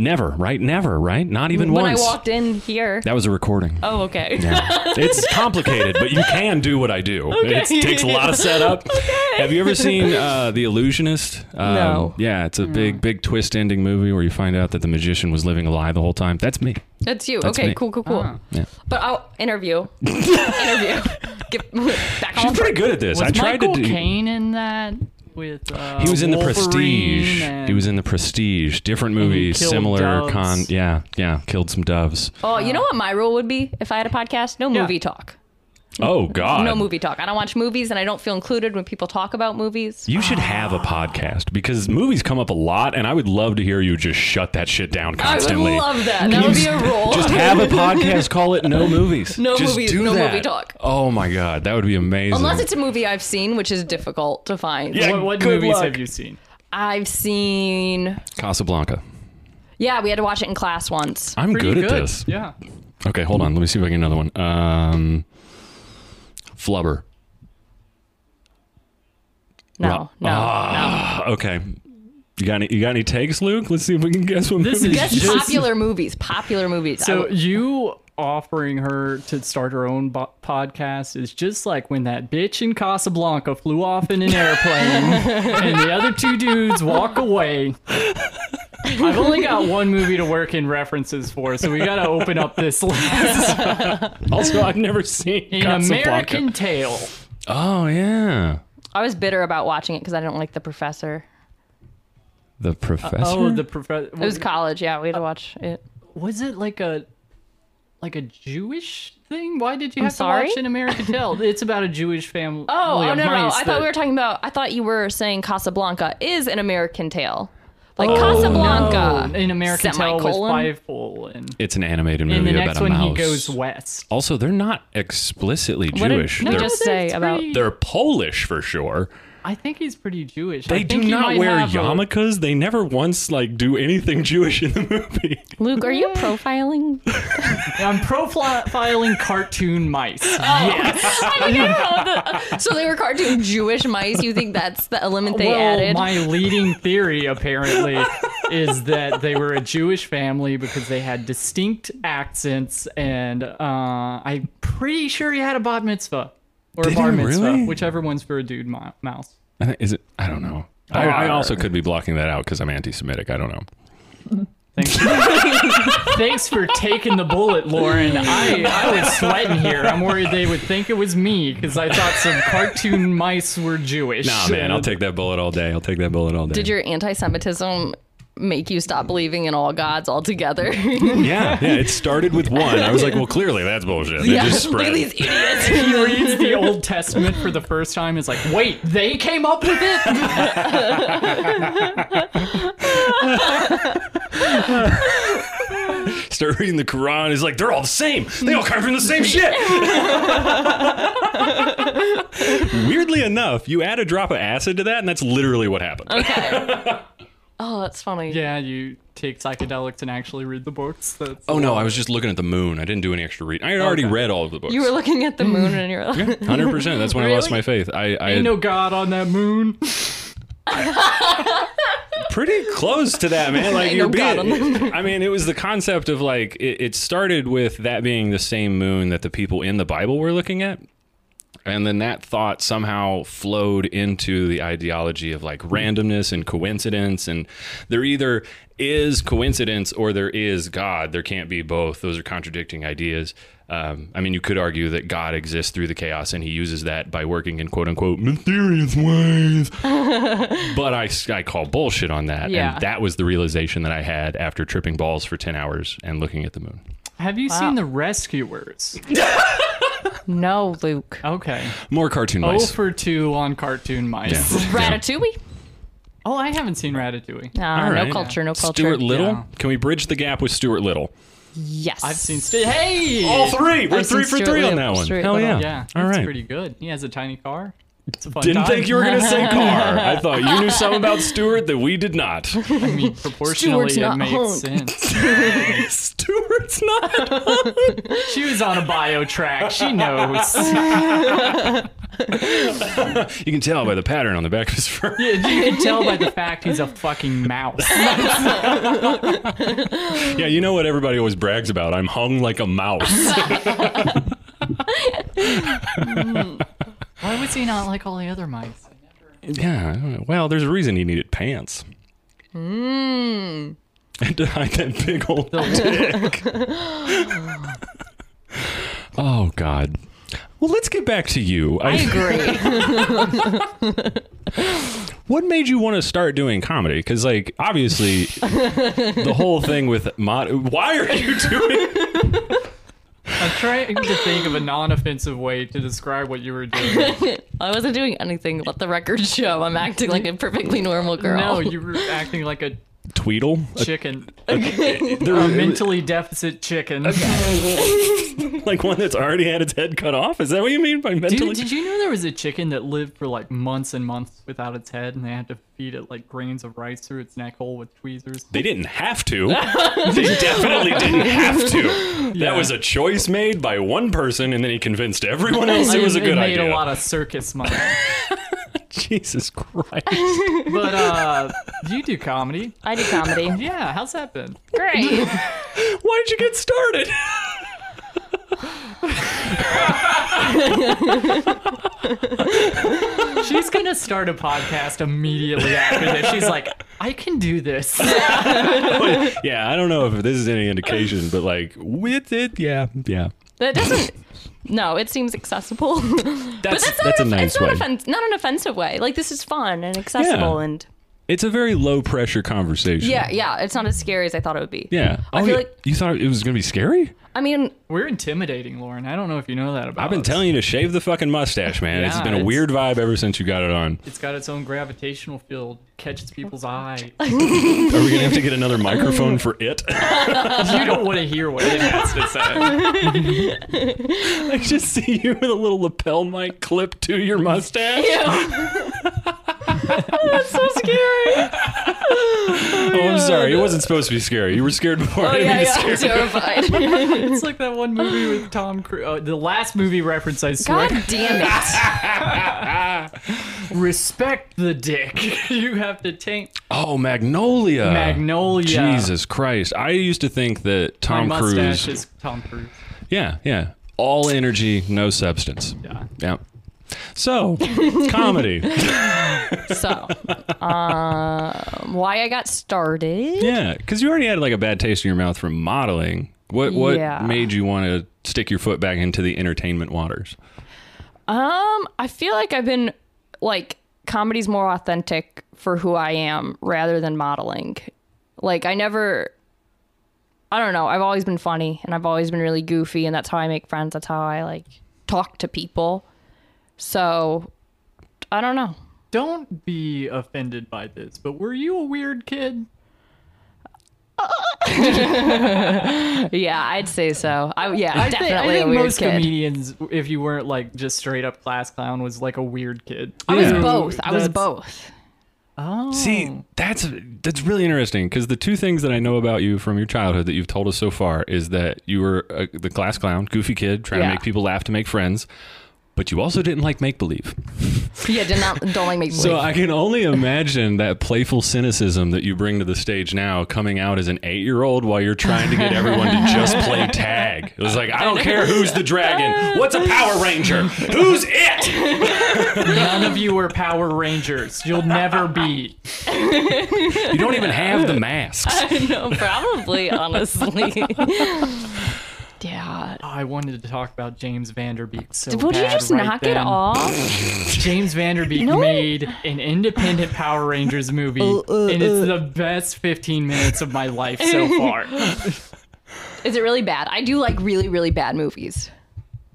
Never, right? Never, right? Not even when once. I walked in here. that was a recording. Oh, okay. Yeah. it's complicated, but you can do what I do. It takes a lot of setup. Have you ever seen uh, The Illusionist? Um, No. Yeah, it's a big, big twist ending movie where you find out that the magician was living a lie the whole time. That's me. That's you. That's okay, me. cool, cool, cool. Yeah. But I'll interview. interview. Get back on She's pretty good at this. Was I tried Michael to do. Caine in that with? Uh, He was in the Wolverine Prestige. and- He was in the Prestige. Different movie, killed similar doves. con. Yeah, yeah. Killed some doves. Oh, you know what my rule would be if I had a podcast? No movie talk. Oh God. No movie talk. I don't watch movies and I don't feel included when people talk about movies. You should have a podcast because movies come up a lot, and I would love to hear you just shut that shit down constantly. I would love that. That would be a rule. Just have a podcast. Call it no movies. No Just movies, do no that. movie talk. Oh my god, that would be amazing. Unless it's a movie I've seen, which is difficult to find. Yeah. What, what Good movies luck. have you seen? I've seen. Casablanca. Yeah, we had to watch it in class once. I'm Pretty good, good, at this. Yeah. Okay, hold on. Let me see if I can get another one. Um, Flubber. No, no, Ah, okay. You got any? You got any takes, Luke? Let's see if we can guess what This movie. is no. Guess Just- popular movies. Popular movies. I So would- you offering her to start her own bo- podcast is just like when that bitch in Casablanca flew off in an airplane and the other two dudes walk away. I've only got one movie to work in references for, so we got to open up this list. also I've never seen An Casablanca. American Tale. Oh yeah, I was bitter about watching it because I didn't like the professor. the professor. Oh, the professor. Hmm. It was college. Yeah, we had to watch it. was it like a like a Jewish thing? Why did you have sorry? to watch an American Tale? It's about a Jewish family. Oh, oh of no, no, no. mice I that- thought we were talking about. I thought you were saying Casablanca is an American tale, like Oh, no. Casablanca. an American Tale with semicolon. Fievel, and It's an animated movie in the about next a one mouse. he goes west. also, they're not explicitly did- Jewish. no, they're, just- say about- they're Polish for sure. I think he's pretty Jewish. I They think do he not might wear have a- yarmulkes. They never once like do anything Jewish in the movie. Luke, are you profiling? I'm profiling cartoon mice. yes. I know. The- uh, so they were cartoon Jewish mice. You think that's the element they well, added? my leading theory apparently is that they were a Jewish family because they had distinct accents, and uh, I'm pretty sure he had a bat mitzvah or Did a he bar mitzvah, really? whichever one's for a dude mi- mouse. I think- Is it? I don't know. I, Oh, I also could be blocking that out because I'm anti-Semitic. I don't know. Thanks for, thanks for taking the bullet, Lauren. I, I was sweating here. I'm worried they would think it was me because I thought some cartoon mice were Jewish. Nah, man, I'll take that bullet all day. I'll take that bullet all day. Did your anti-Semitism make you stop believing in all gods altogether? Yeah, yeah. It started with one. I was like, well, clearly that's bullshit. It just Look at spread. these idiots. He reads the Old Testament for the first time. It's like, wait, they came up with it? Start reading the Quran. It's like they're all the same. They all come from the same shit. Weirdly enough, you add a drop of acid to that, and that's literally what happened. Oh, that's funny. Yeah, you take psychedelics and actually read the books. That's Oh no, I was just looking at the moon. I didn't do any extra reading. I had already read all of the books. You were looking at the moon Mm. and you're like, Hundred percent. That's when I lost my faith. I, I Ain't no God on that moon. pretty close to that, man. Like Ain't you're no God on the being. I mean, it was the concept of like it, it started with that being the same moon that the people in the Bible were looking at. And then that thought somehow flowed into the ideology of like randomness and coincidence. And there either is coincidence or there is God. There can't be both. Those are contradicting ideas. Um, I mean, you could argue that God exists through the chaos and he uses that by working in quote unquote mysterious ways. but I, I call bullshit on that. Yeah. And that was the realization that I had after tripping balls for 10 hours and looking at the moon. Have you seen The Rescuers? no, Luke. Okay. More cartoon Oh mice. for 2 on cartoon mice. Ratatouille? Oh, I haven't seen Ratatouille. Nah, All right. No culture, no culture. Stuart Little? Yeah. Can we bridge the gap with Stuart Little? Yes. I've seen. St- Oh, hey! three. We're I've seen Stuart Little, Stuart Little. Yeah, All that's right. pretty good. He has a tiny car. It's a fun Didn't time. think you were going to say car. I thought you knew something about Stuart that we did not. I mean, proportionally, Stewart's it not makes hunk. sense. Stuart's not. She was on a bio track. She knows. You can tell by the pattern on the back of his fur. You can tell by the fact he's a fucking mouse. Yeah, you know what everybody always brags about? I'm hung like a mouse. Why was he not like all the other mice? yeah. I don't know. Well, there's a reason he needed pants. Hmm. Mmm. And to hide that big old dick. oh God. Well, let's get back to you. I agree. What made you want to start doing comedy? Because, like, obviously, the whole thing with mod. Why are you doing? I'm trying to think of a non-offensive way to describe what you were doing. I wasn't doing anything. Let the record show. I'm acting like a perfectly normal girl. No, you were acting like a Tweedle. chicken, They're a mentally deficit chicken. like one that's already had its head cut off. Is that what you mean by mentally? Dude, did you know there was a chicken that lived for like months and months without its head, and they had to feed it like grains of rice through its neck hole with tweezers? They didn't have to. they definitely didn't have to. That Yeah. was a choice made by one person, and then he convinced everyone else it was a It good made idea. a lot of circus money. Jesus Christ! but uh, you do comedy, I do comedy. yeah? How's that been? Great. Why'd you get started? She's gonna start a podcast immediately after this. She's like, I can do this. yeah, I don't know if this is any indication, but like with it, yeah, yeah. That doesn't. No, it seems accessible. That's That's not, that's a an, nice it's not, way. offen- not an offensive way. Like this is fun and accessible Yeah. and It's a very low pressure conversation. yeah, yeah. It's not as scary as I thought it would be. Yeah. I oh, feel you, like- you thought it was gonna be scary? I mean, We're intimidating, Lauren. I don't know if you know that about. I've been us. telling you to shave the fucking mustache, man. it's Yeah, been a it's- weird vibe ever since you got it on. It's got its own gravitational field, catches people's eye. Are we gonna have to get another microphone for it? you don't want to hear what it has to say. I just see you with a little lapel mic clipped to your mustache. that's so scary. Oh, I'm sorry. It wasn't supposed to be scary. You were scared before. I Oh didn't yeah, mean yeah. to I'm scare you. terrified. It's like that one movie with Tom Cruise. Uh, the last movie reference I swear. God damn it. Respect the dick. you have to taint Oh, Magnolia. Magnolia. Jesus Christ. I used to think that My Tom mustache Cruise. is Tom Cruise. Yeah, yeah. All energy, no substance. Yeah. Yeah. So, comedy. So, um, why I got started? Yeah, because you already had like a bad taste in your mouth from modeling. What what Yeah. made you want to stick your foot back into the entertainment waters? Um, I feel like I've been like comedy's more authentic for who I am rather than modeling. Like I never I don't know, I've always been funny and I've always been really goofy and that's how I make friends, that's how I like talk to people. So I don't know. Don't be offended by this, but were you a weird kid? Yeah, I'd say so. I yeah, I, thi- I definitely think a weird most kid. comedians, if you weren't like just straight up class clown, was like a weird kid. I was Yeah. both. I That's- was both. Oh. See, that's that's really interesting because the two things that I know about you from your childhood that you've told us so far is that you were uh the class clown, goofy kid, trying to Yeah. make people laugh to make friends, but you also didn't like make believe. Yeah, did not don't like make So believe. I can only imagine that playful cynicism that you bring to the stage now coming out as an eight year old while you're trying to get everyone to just play tag. It was like, I don't care who's the dragon. What's a Power Ranger? Who's it? None of you were Power Rangers. You'll never be. You don't even have the masks. no, probably honestly. yeah. Oh, I wanted to talk about James Vanderbeek so Would you bad just right knock then. it off? James Vanderbeek No. made an independent Power Rangers movie, Uh, and it's the best 15 minutes of my life so far. Is it really bad? I do like really, really bad movies.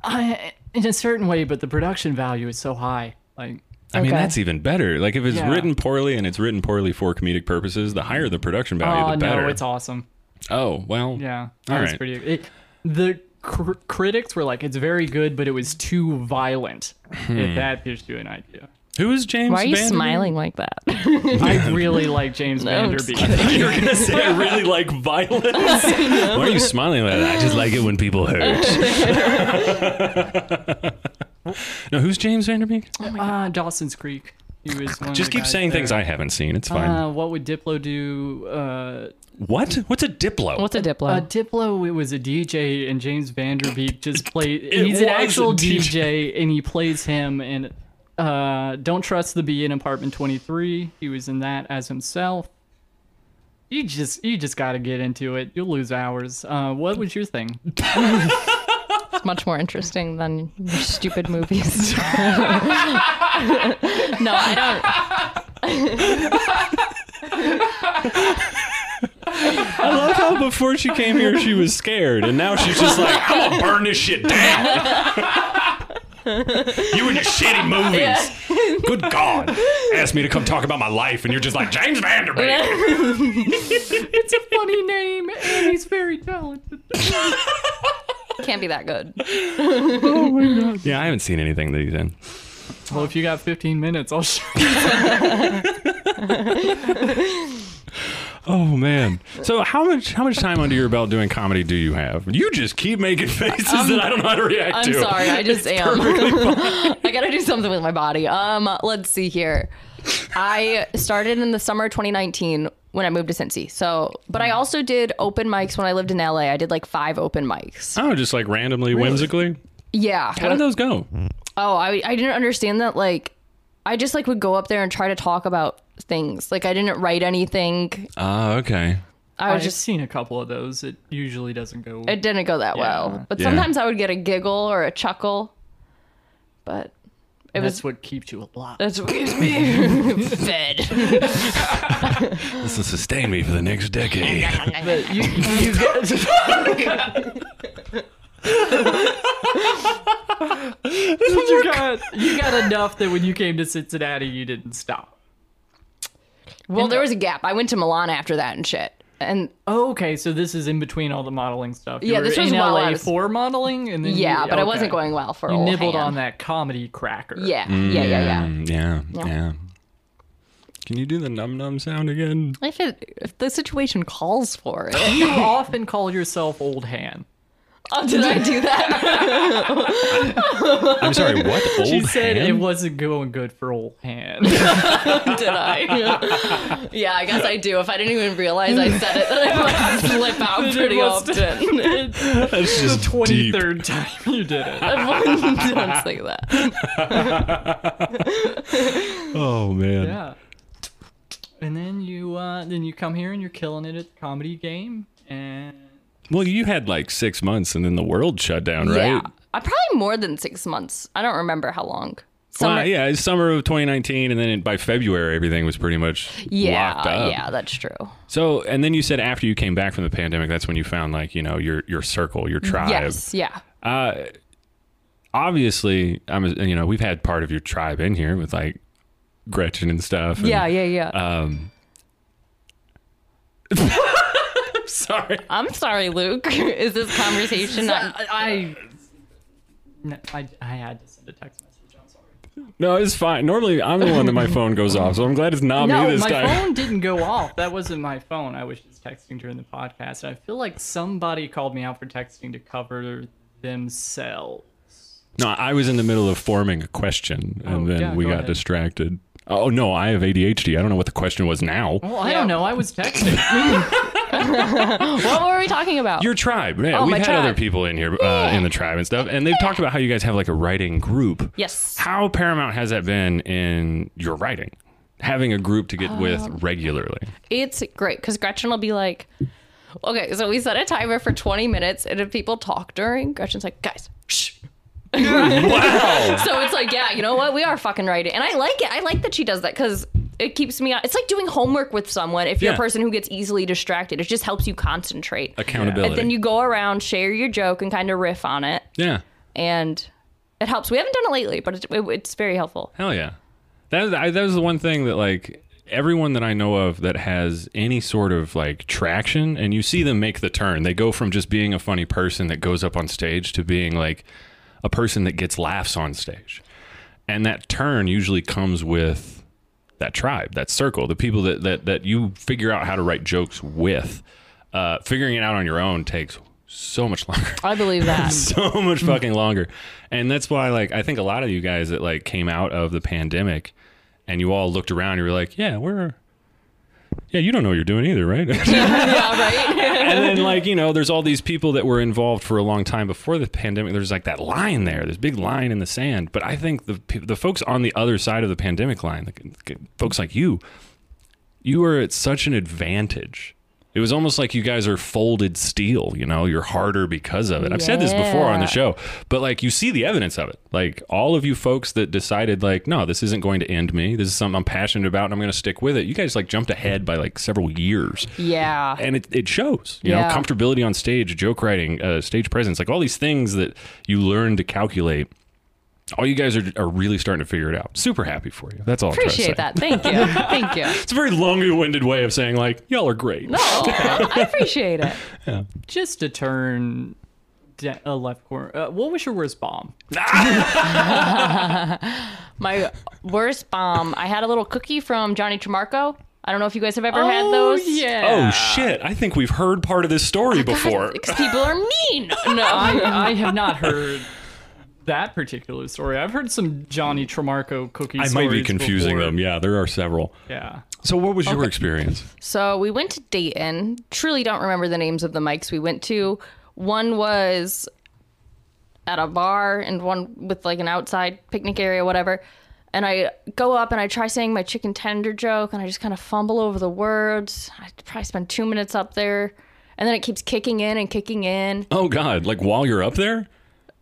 I, in a certain way, but the production value is so high. Like, I mean, Okay. that's even better. Like, if it's Yeah. written poorly and it's written poorly for comedic purposes, the higher the production value, oh the better. no, it's awesome. oh, well. Yeah, All that was right. pretty. e, It, the cr- critics were like, "It's very good, but it was too violent." Hmm. If that gives you an idea, Who is James Why are you Vanderbeek? smiling like that? I really like James No, I'm just Vanderbeek. You're going to say I really like violence? Why are you smiling like that? I just like it when people hurt. No, who's James Vanderbeek? Uh, Dawson's Creek. He was one of Just the keep guys saying things there. I haven't seen. It's fine. Uh, what would Diplo do? Uh, what? What's a Diplo? What's a Diplo? uh, Diplo, it was a DJ, and James Vanderbeek just played. It he's an was a actual DJ. DJ. and he plays him. And uh, Don't Trust the Bee in Apartment 23. He was in that as himself. You just you just got to get into it. You'll lose hours. Uh, what was your thing? it's much more interesting than your stupid movies. no, I don't. I love how before she came here she was scared, and now she's just like, I'm gonna burn this shit down. you and your shitty movies. Good God. Asked me to come talk about my life, and you're just like, James Vanderbeek. It's a funny name, and he's very talented. Can't be that good. yeah, I haven't seen anything that he's in. Well, if you got 15 minutes, I'll show you. Oh man. So how much how much time under your belt doing comedy do you have? You just keep making faces that I don't know how to react I'm to. sorry, I just am. I gotta do something with my body. Um, let's see here. I started in the summer 2019 when I moved to Cincy. So, but I also did open mics when I lived in LA. I did like five open mics. Oh, just like randomly, whimsically. Yeah. How did those go? Oh, I I didn't understand that. Like, I just like would go up there and try to talk about things. Like, I didn't write anything. Ah, okay. I I've was just just seen a couple of those. It usually doesn't go. it didn't go that well. But Yeah. sometimes I would get a giggle or a chuckle. But it That's was what keeps you alive. that's me fed. This will sustain me for the next decade. But you, you get, you, got, you got enough that when you came to Cincinnati, you didn't stop. Well, there was a gap. I went to Milan after that and shit. And Oh, okay, so this is in between all the modeling stuff. You Yeah, were this was in while I LA was- for modeling, and then you- yeah, but okay. it wasn't going well for You old nibbled hand. on that comedy cracker. Yeah, yeah, yeah, yeah. Mm, yeah, yeah. Can you do the num num sound again? If it if the situation calls for it, you often call yourself old hand. oh, did I do that? I'm sorry, what? Old She said it hand? wasn't going good for old hand. did I? yeah, I guess I do. If I didn't even realize I said it, then I must slip out pretty must- often. That's just Twenty deep. third time you did it. Don't say that. Oh man. Yeah. And then you uh, then you come here and you're killing it at the comedy game and Well, you had like six months, and then the world shut down, Yeah, right? I probably more than six months. I don't remember how long. Summer. Well, yeah, it's summer of 2019, and then it, by February, everything was pretty much yeah, locked up. yeah, that's true. So, and then you said after you came back from the pandemic, that's when you found like you know your your circle, Mm-hmm. your tribe. Yes, yeah. Obviously, I'm you know we've had part of your tribe in here with like Gretchen and stuff. and- Yeah, yeah, yeah. Um, sorry. I'm sorry, Luke. Is this conversation not I, No, I I had to send a text message. I'm sorry. No, it's fine. Normally, I'm the one that my phone goes off, so I'm glad it's not no, me this my time. phone didn't go off. That wasn't my phone. I was just texting during the podcast. I feel like somebody called me out for texting to cover themselves. No, I was in the middle of forming a question, and Oh, then yeah, we go got ahead. distracted. Oh no, I have ADHD. I don't know what the question was now. Well, I don't know. I was texting. What were we talking about? Your tribe, yeah. Oh, we've my had tribe. other people in here uh, in the tribe and stuff, and they've talked about how you guys have like a writing group. yes. How paramount has that been in your writing? Having a group to get Um, with regularly. It's great because Gretchen will be like, okay, so we set a timer for 20 minutes, and if people talk during, Gretchen's like, guys, shh. Wow. So it's like, yeah, you know what? We are fucking writing. And I like it. I like that she does that because it keeps me on. It's like doing homework with someone if you're Yeah. a person who gets easily distracted. It just helps you concentrate. Accountability. And then you go around, share your joke, and kind of riff on it. yeah. And it helps. We haven't done it lately, but it, it, it's very helpful. Hell yeah. That is, I, that was the one thing that like everyone that I know of that has any sort of like traction, and you see them make the turn. They go from just being a funny person that goes up on stage to being like a person that gets laughs on stage, and that turn usually comes with that tribe, that circle, the people that that that you figure out how to write jokes with. Uh, figuring it out on your own takes so much longer. I believe that. so much fucking longer. And that's why like I think a lot of you guys that like came out of the pandemic and you all looked around, you were like, Yeah, we're yeah, you don't know what you're doing either, right? yeah, right. and then like you know there's all these people that were involved for a long time before the pandemic there's like that line there there's big line in the sand but i think the pe- the folks on the other side of the pandemic line the, folks like you you are at such an advantage it was almost like you guys are folded steel you know you're harder because of it i've said this before on the Yeah. show but like you see the evidence of it like all of you folks that decided like no this isn't going to end me this is something i'm passionate about and i'm going to stick with it you guys like jumped ahead by like several years yeah. and it, it shows you know Yeah. comfortability on stage joke writing uh, stage presence like all these things that you learn to calculate all you guys are, are really starting to figure it out super happy for you that's all I'm trying to say. Appreciate that. Thank you. Thank you. it's a very long-winded way of saying like y'all are great Oh, I appreciate it. Just to turn da- a left corner. Uh, what was your worst bomb? My worst bomb. I had a little cookie from Johnny Tremarco. I don't know if you guys have ever had those. oh shit i think we've heard part of this story before Because people are mean. No. I, I have not heard that particular story. I've heard some Johnny Tremarco cookies. i might be confusing them yeah there are several Yeah. so what was your experience So we went to Dayton. Truly don't remember the names of the mics we went to. One was at a bar and one with like an outside picnic area, whatever. And I go up and I try saying my chicken tender joke and I just kind of fumble over the words. I probably spend two minutes up there. And then it keeps kicking in and kicking in. oh god like while you're up there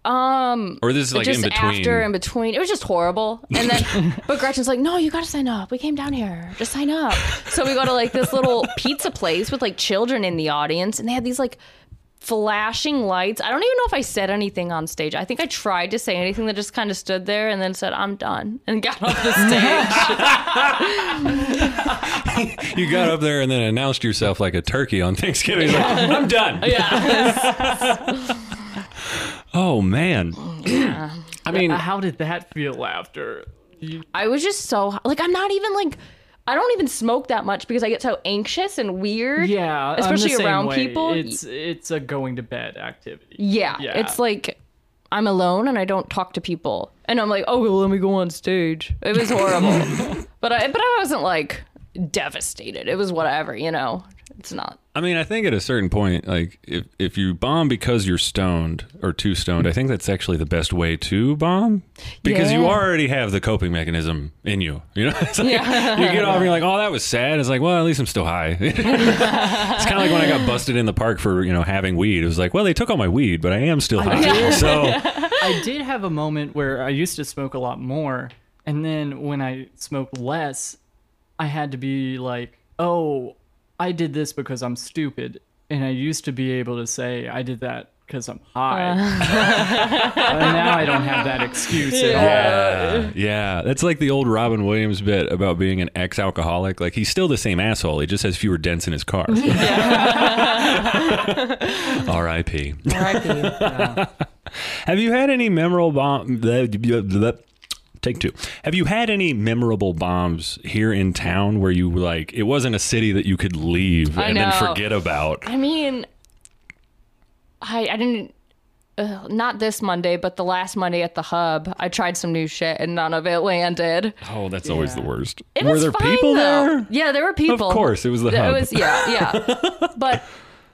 um or this is like just in between after in between. It was just horrible. And then but Gretchen's like, No, you gotta sign up. We came down here. Just sign up. So we go to like this little pizza place with like children in the audience and they had these like flashing lights. I don't even know if I said anything on stage. I think I tried to say anything that just kind of stood there and then said, I'm done and got off the stage. you got up there and then announced yourself like a turkey on Thanksgiving. Like, I'm done. Oh man. I mean, how did that feel after? You, I was just so like I'm not even like I don't even smoke that much because I get so anxious and weird. yeah, I'm the Especially same around way. people. It's it's a going to bed activity. Yeah, Yeah. It's like I'm alone and I don't talk to people. And I'm like, oh, well, let me go on stage. It was horrible. but I but I wasn't like devastated. It was whatever, you know. It's not. I mean, I think at a certain point, like if if you bomb because you're stoned or too stoned, I think that's actually the best way to bomb because you Yeah. already have the coping mechanism in you. You know, It's like, you get off and you're like, oh, that was sad. It's like, well, at least I'm still high. it's kind of like when I got busted in the park for you know having weed. It was like, well, they took all my weed, but I am still high. So I did have a moment where I used to smoke a lot more, and then when I smoked less, I had to be like, "Oh, I did this because I'm stupid," and I used to be able to say, "I did that because I'm high." and now I don't have that excuse at Yeah, yeah. That's like the old Robin Williams bit about being an ex-alcoholic. Like he's still the same asshole. He just has fewer dents in his car. R.I.P. R.I.P. Have you had any memorable bomb? bleh, bleh, bleh. Take two. Have you had any memorable bombs here in town where you were like it wasn't a city that you could leave I and then know. forget about? I mean, I I didn't. Uh, not this Monday, but the last Monday at the hub, I tried some new shit and none of it landed. Oh, that's always the worst. It were was there fine, people though. there? Yeah, there were people. Of course, it was the hub. It was yeah, yeah. but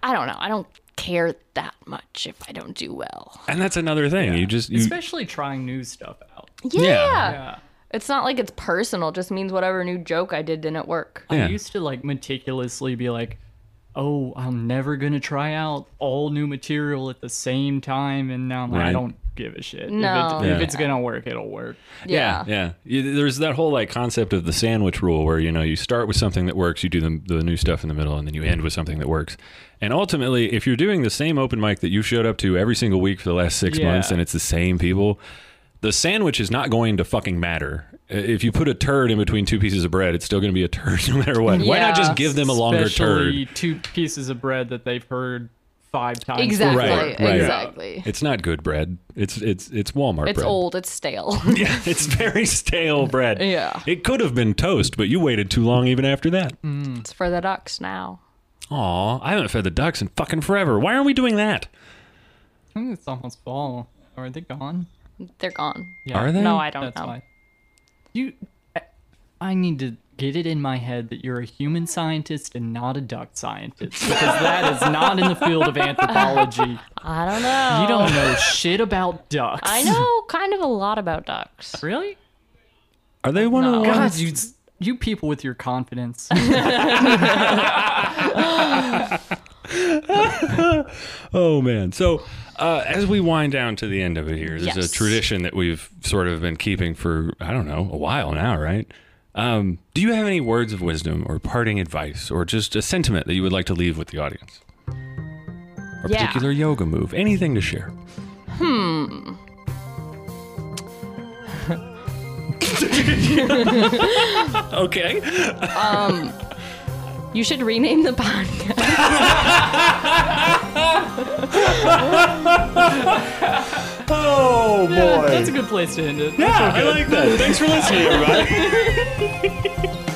I don't know. I don't care that much if I don't do well. and that's another thing. You just you, especially trying new stuff out. Yeah. Yeah. It's not like it's personal. It just means whatever new joke I did didn't work. Yeah. I used to like meticulously be like, "Oh, I'm never gonna try out all new material at the same time," and now I'm like, Right. I don't give a shit. No. If, it, if Yeah. it's gonna work, it'll work. Yeah, yeah. You- There's that whole like concept of the sandwich rule, where you know you start with something that works, you do the, the new stuff in the middle, and then you end with something that works. And ultimately, if you're doing the same open mic that you showed up to every single week for the last six Yeah. months, and it's the same people, the sandwich is not going to fucking matter. I- If you put a turd in between two pieces of bread, it's still going to be a turd no matter what. Why not Yeah. just give them a longer turd? Especially two pieces of bread that they've heard five times. Exactly. before. Right, right. Exactly. It's not good bread. It's it's it's Walmart It's bread. old. It's stale. Yeah, it's very stale bread. Yeah. It could have been toast, but you waited too long even after that. it's for the ducks now. Aw, I haven't fed the ducks in fucking forever. Why aren't we doing that? I think it's almost fall. Are they gone? They're gone. Yeah. Are they? No, I don't That's know. why. You, I- I need to get it in my head that you're a human scientist and not a duck scientist because that is not in the field of anthropology. I don't know. You don't know shit about ducks. Oh. I know kind of a lot about ducks. Really? Are they one of the God, ones? you you people with your confidence. Oh man. So uh, as we wind down to the end of it here, there's Yes. a tradition that we've sort of been keeping for I don't know a while now, right? Um, do you have any words of wisdom or parting advice or just a sentiment that you would like to leave with the audience? Or Yeah. particular yoga move, anything to share? Hmm. okay. You should rename the podcast. Oh boy. That's a good place to end it. yeah, I like that. Thanks for listening, everybody.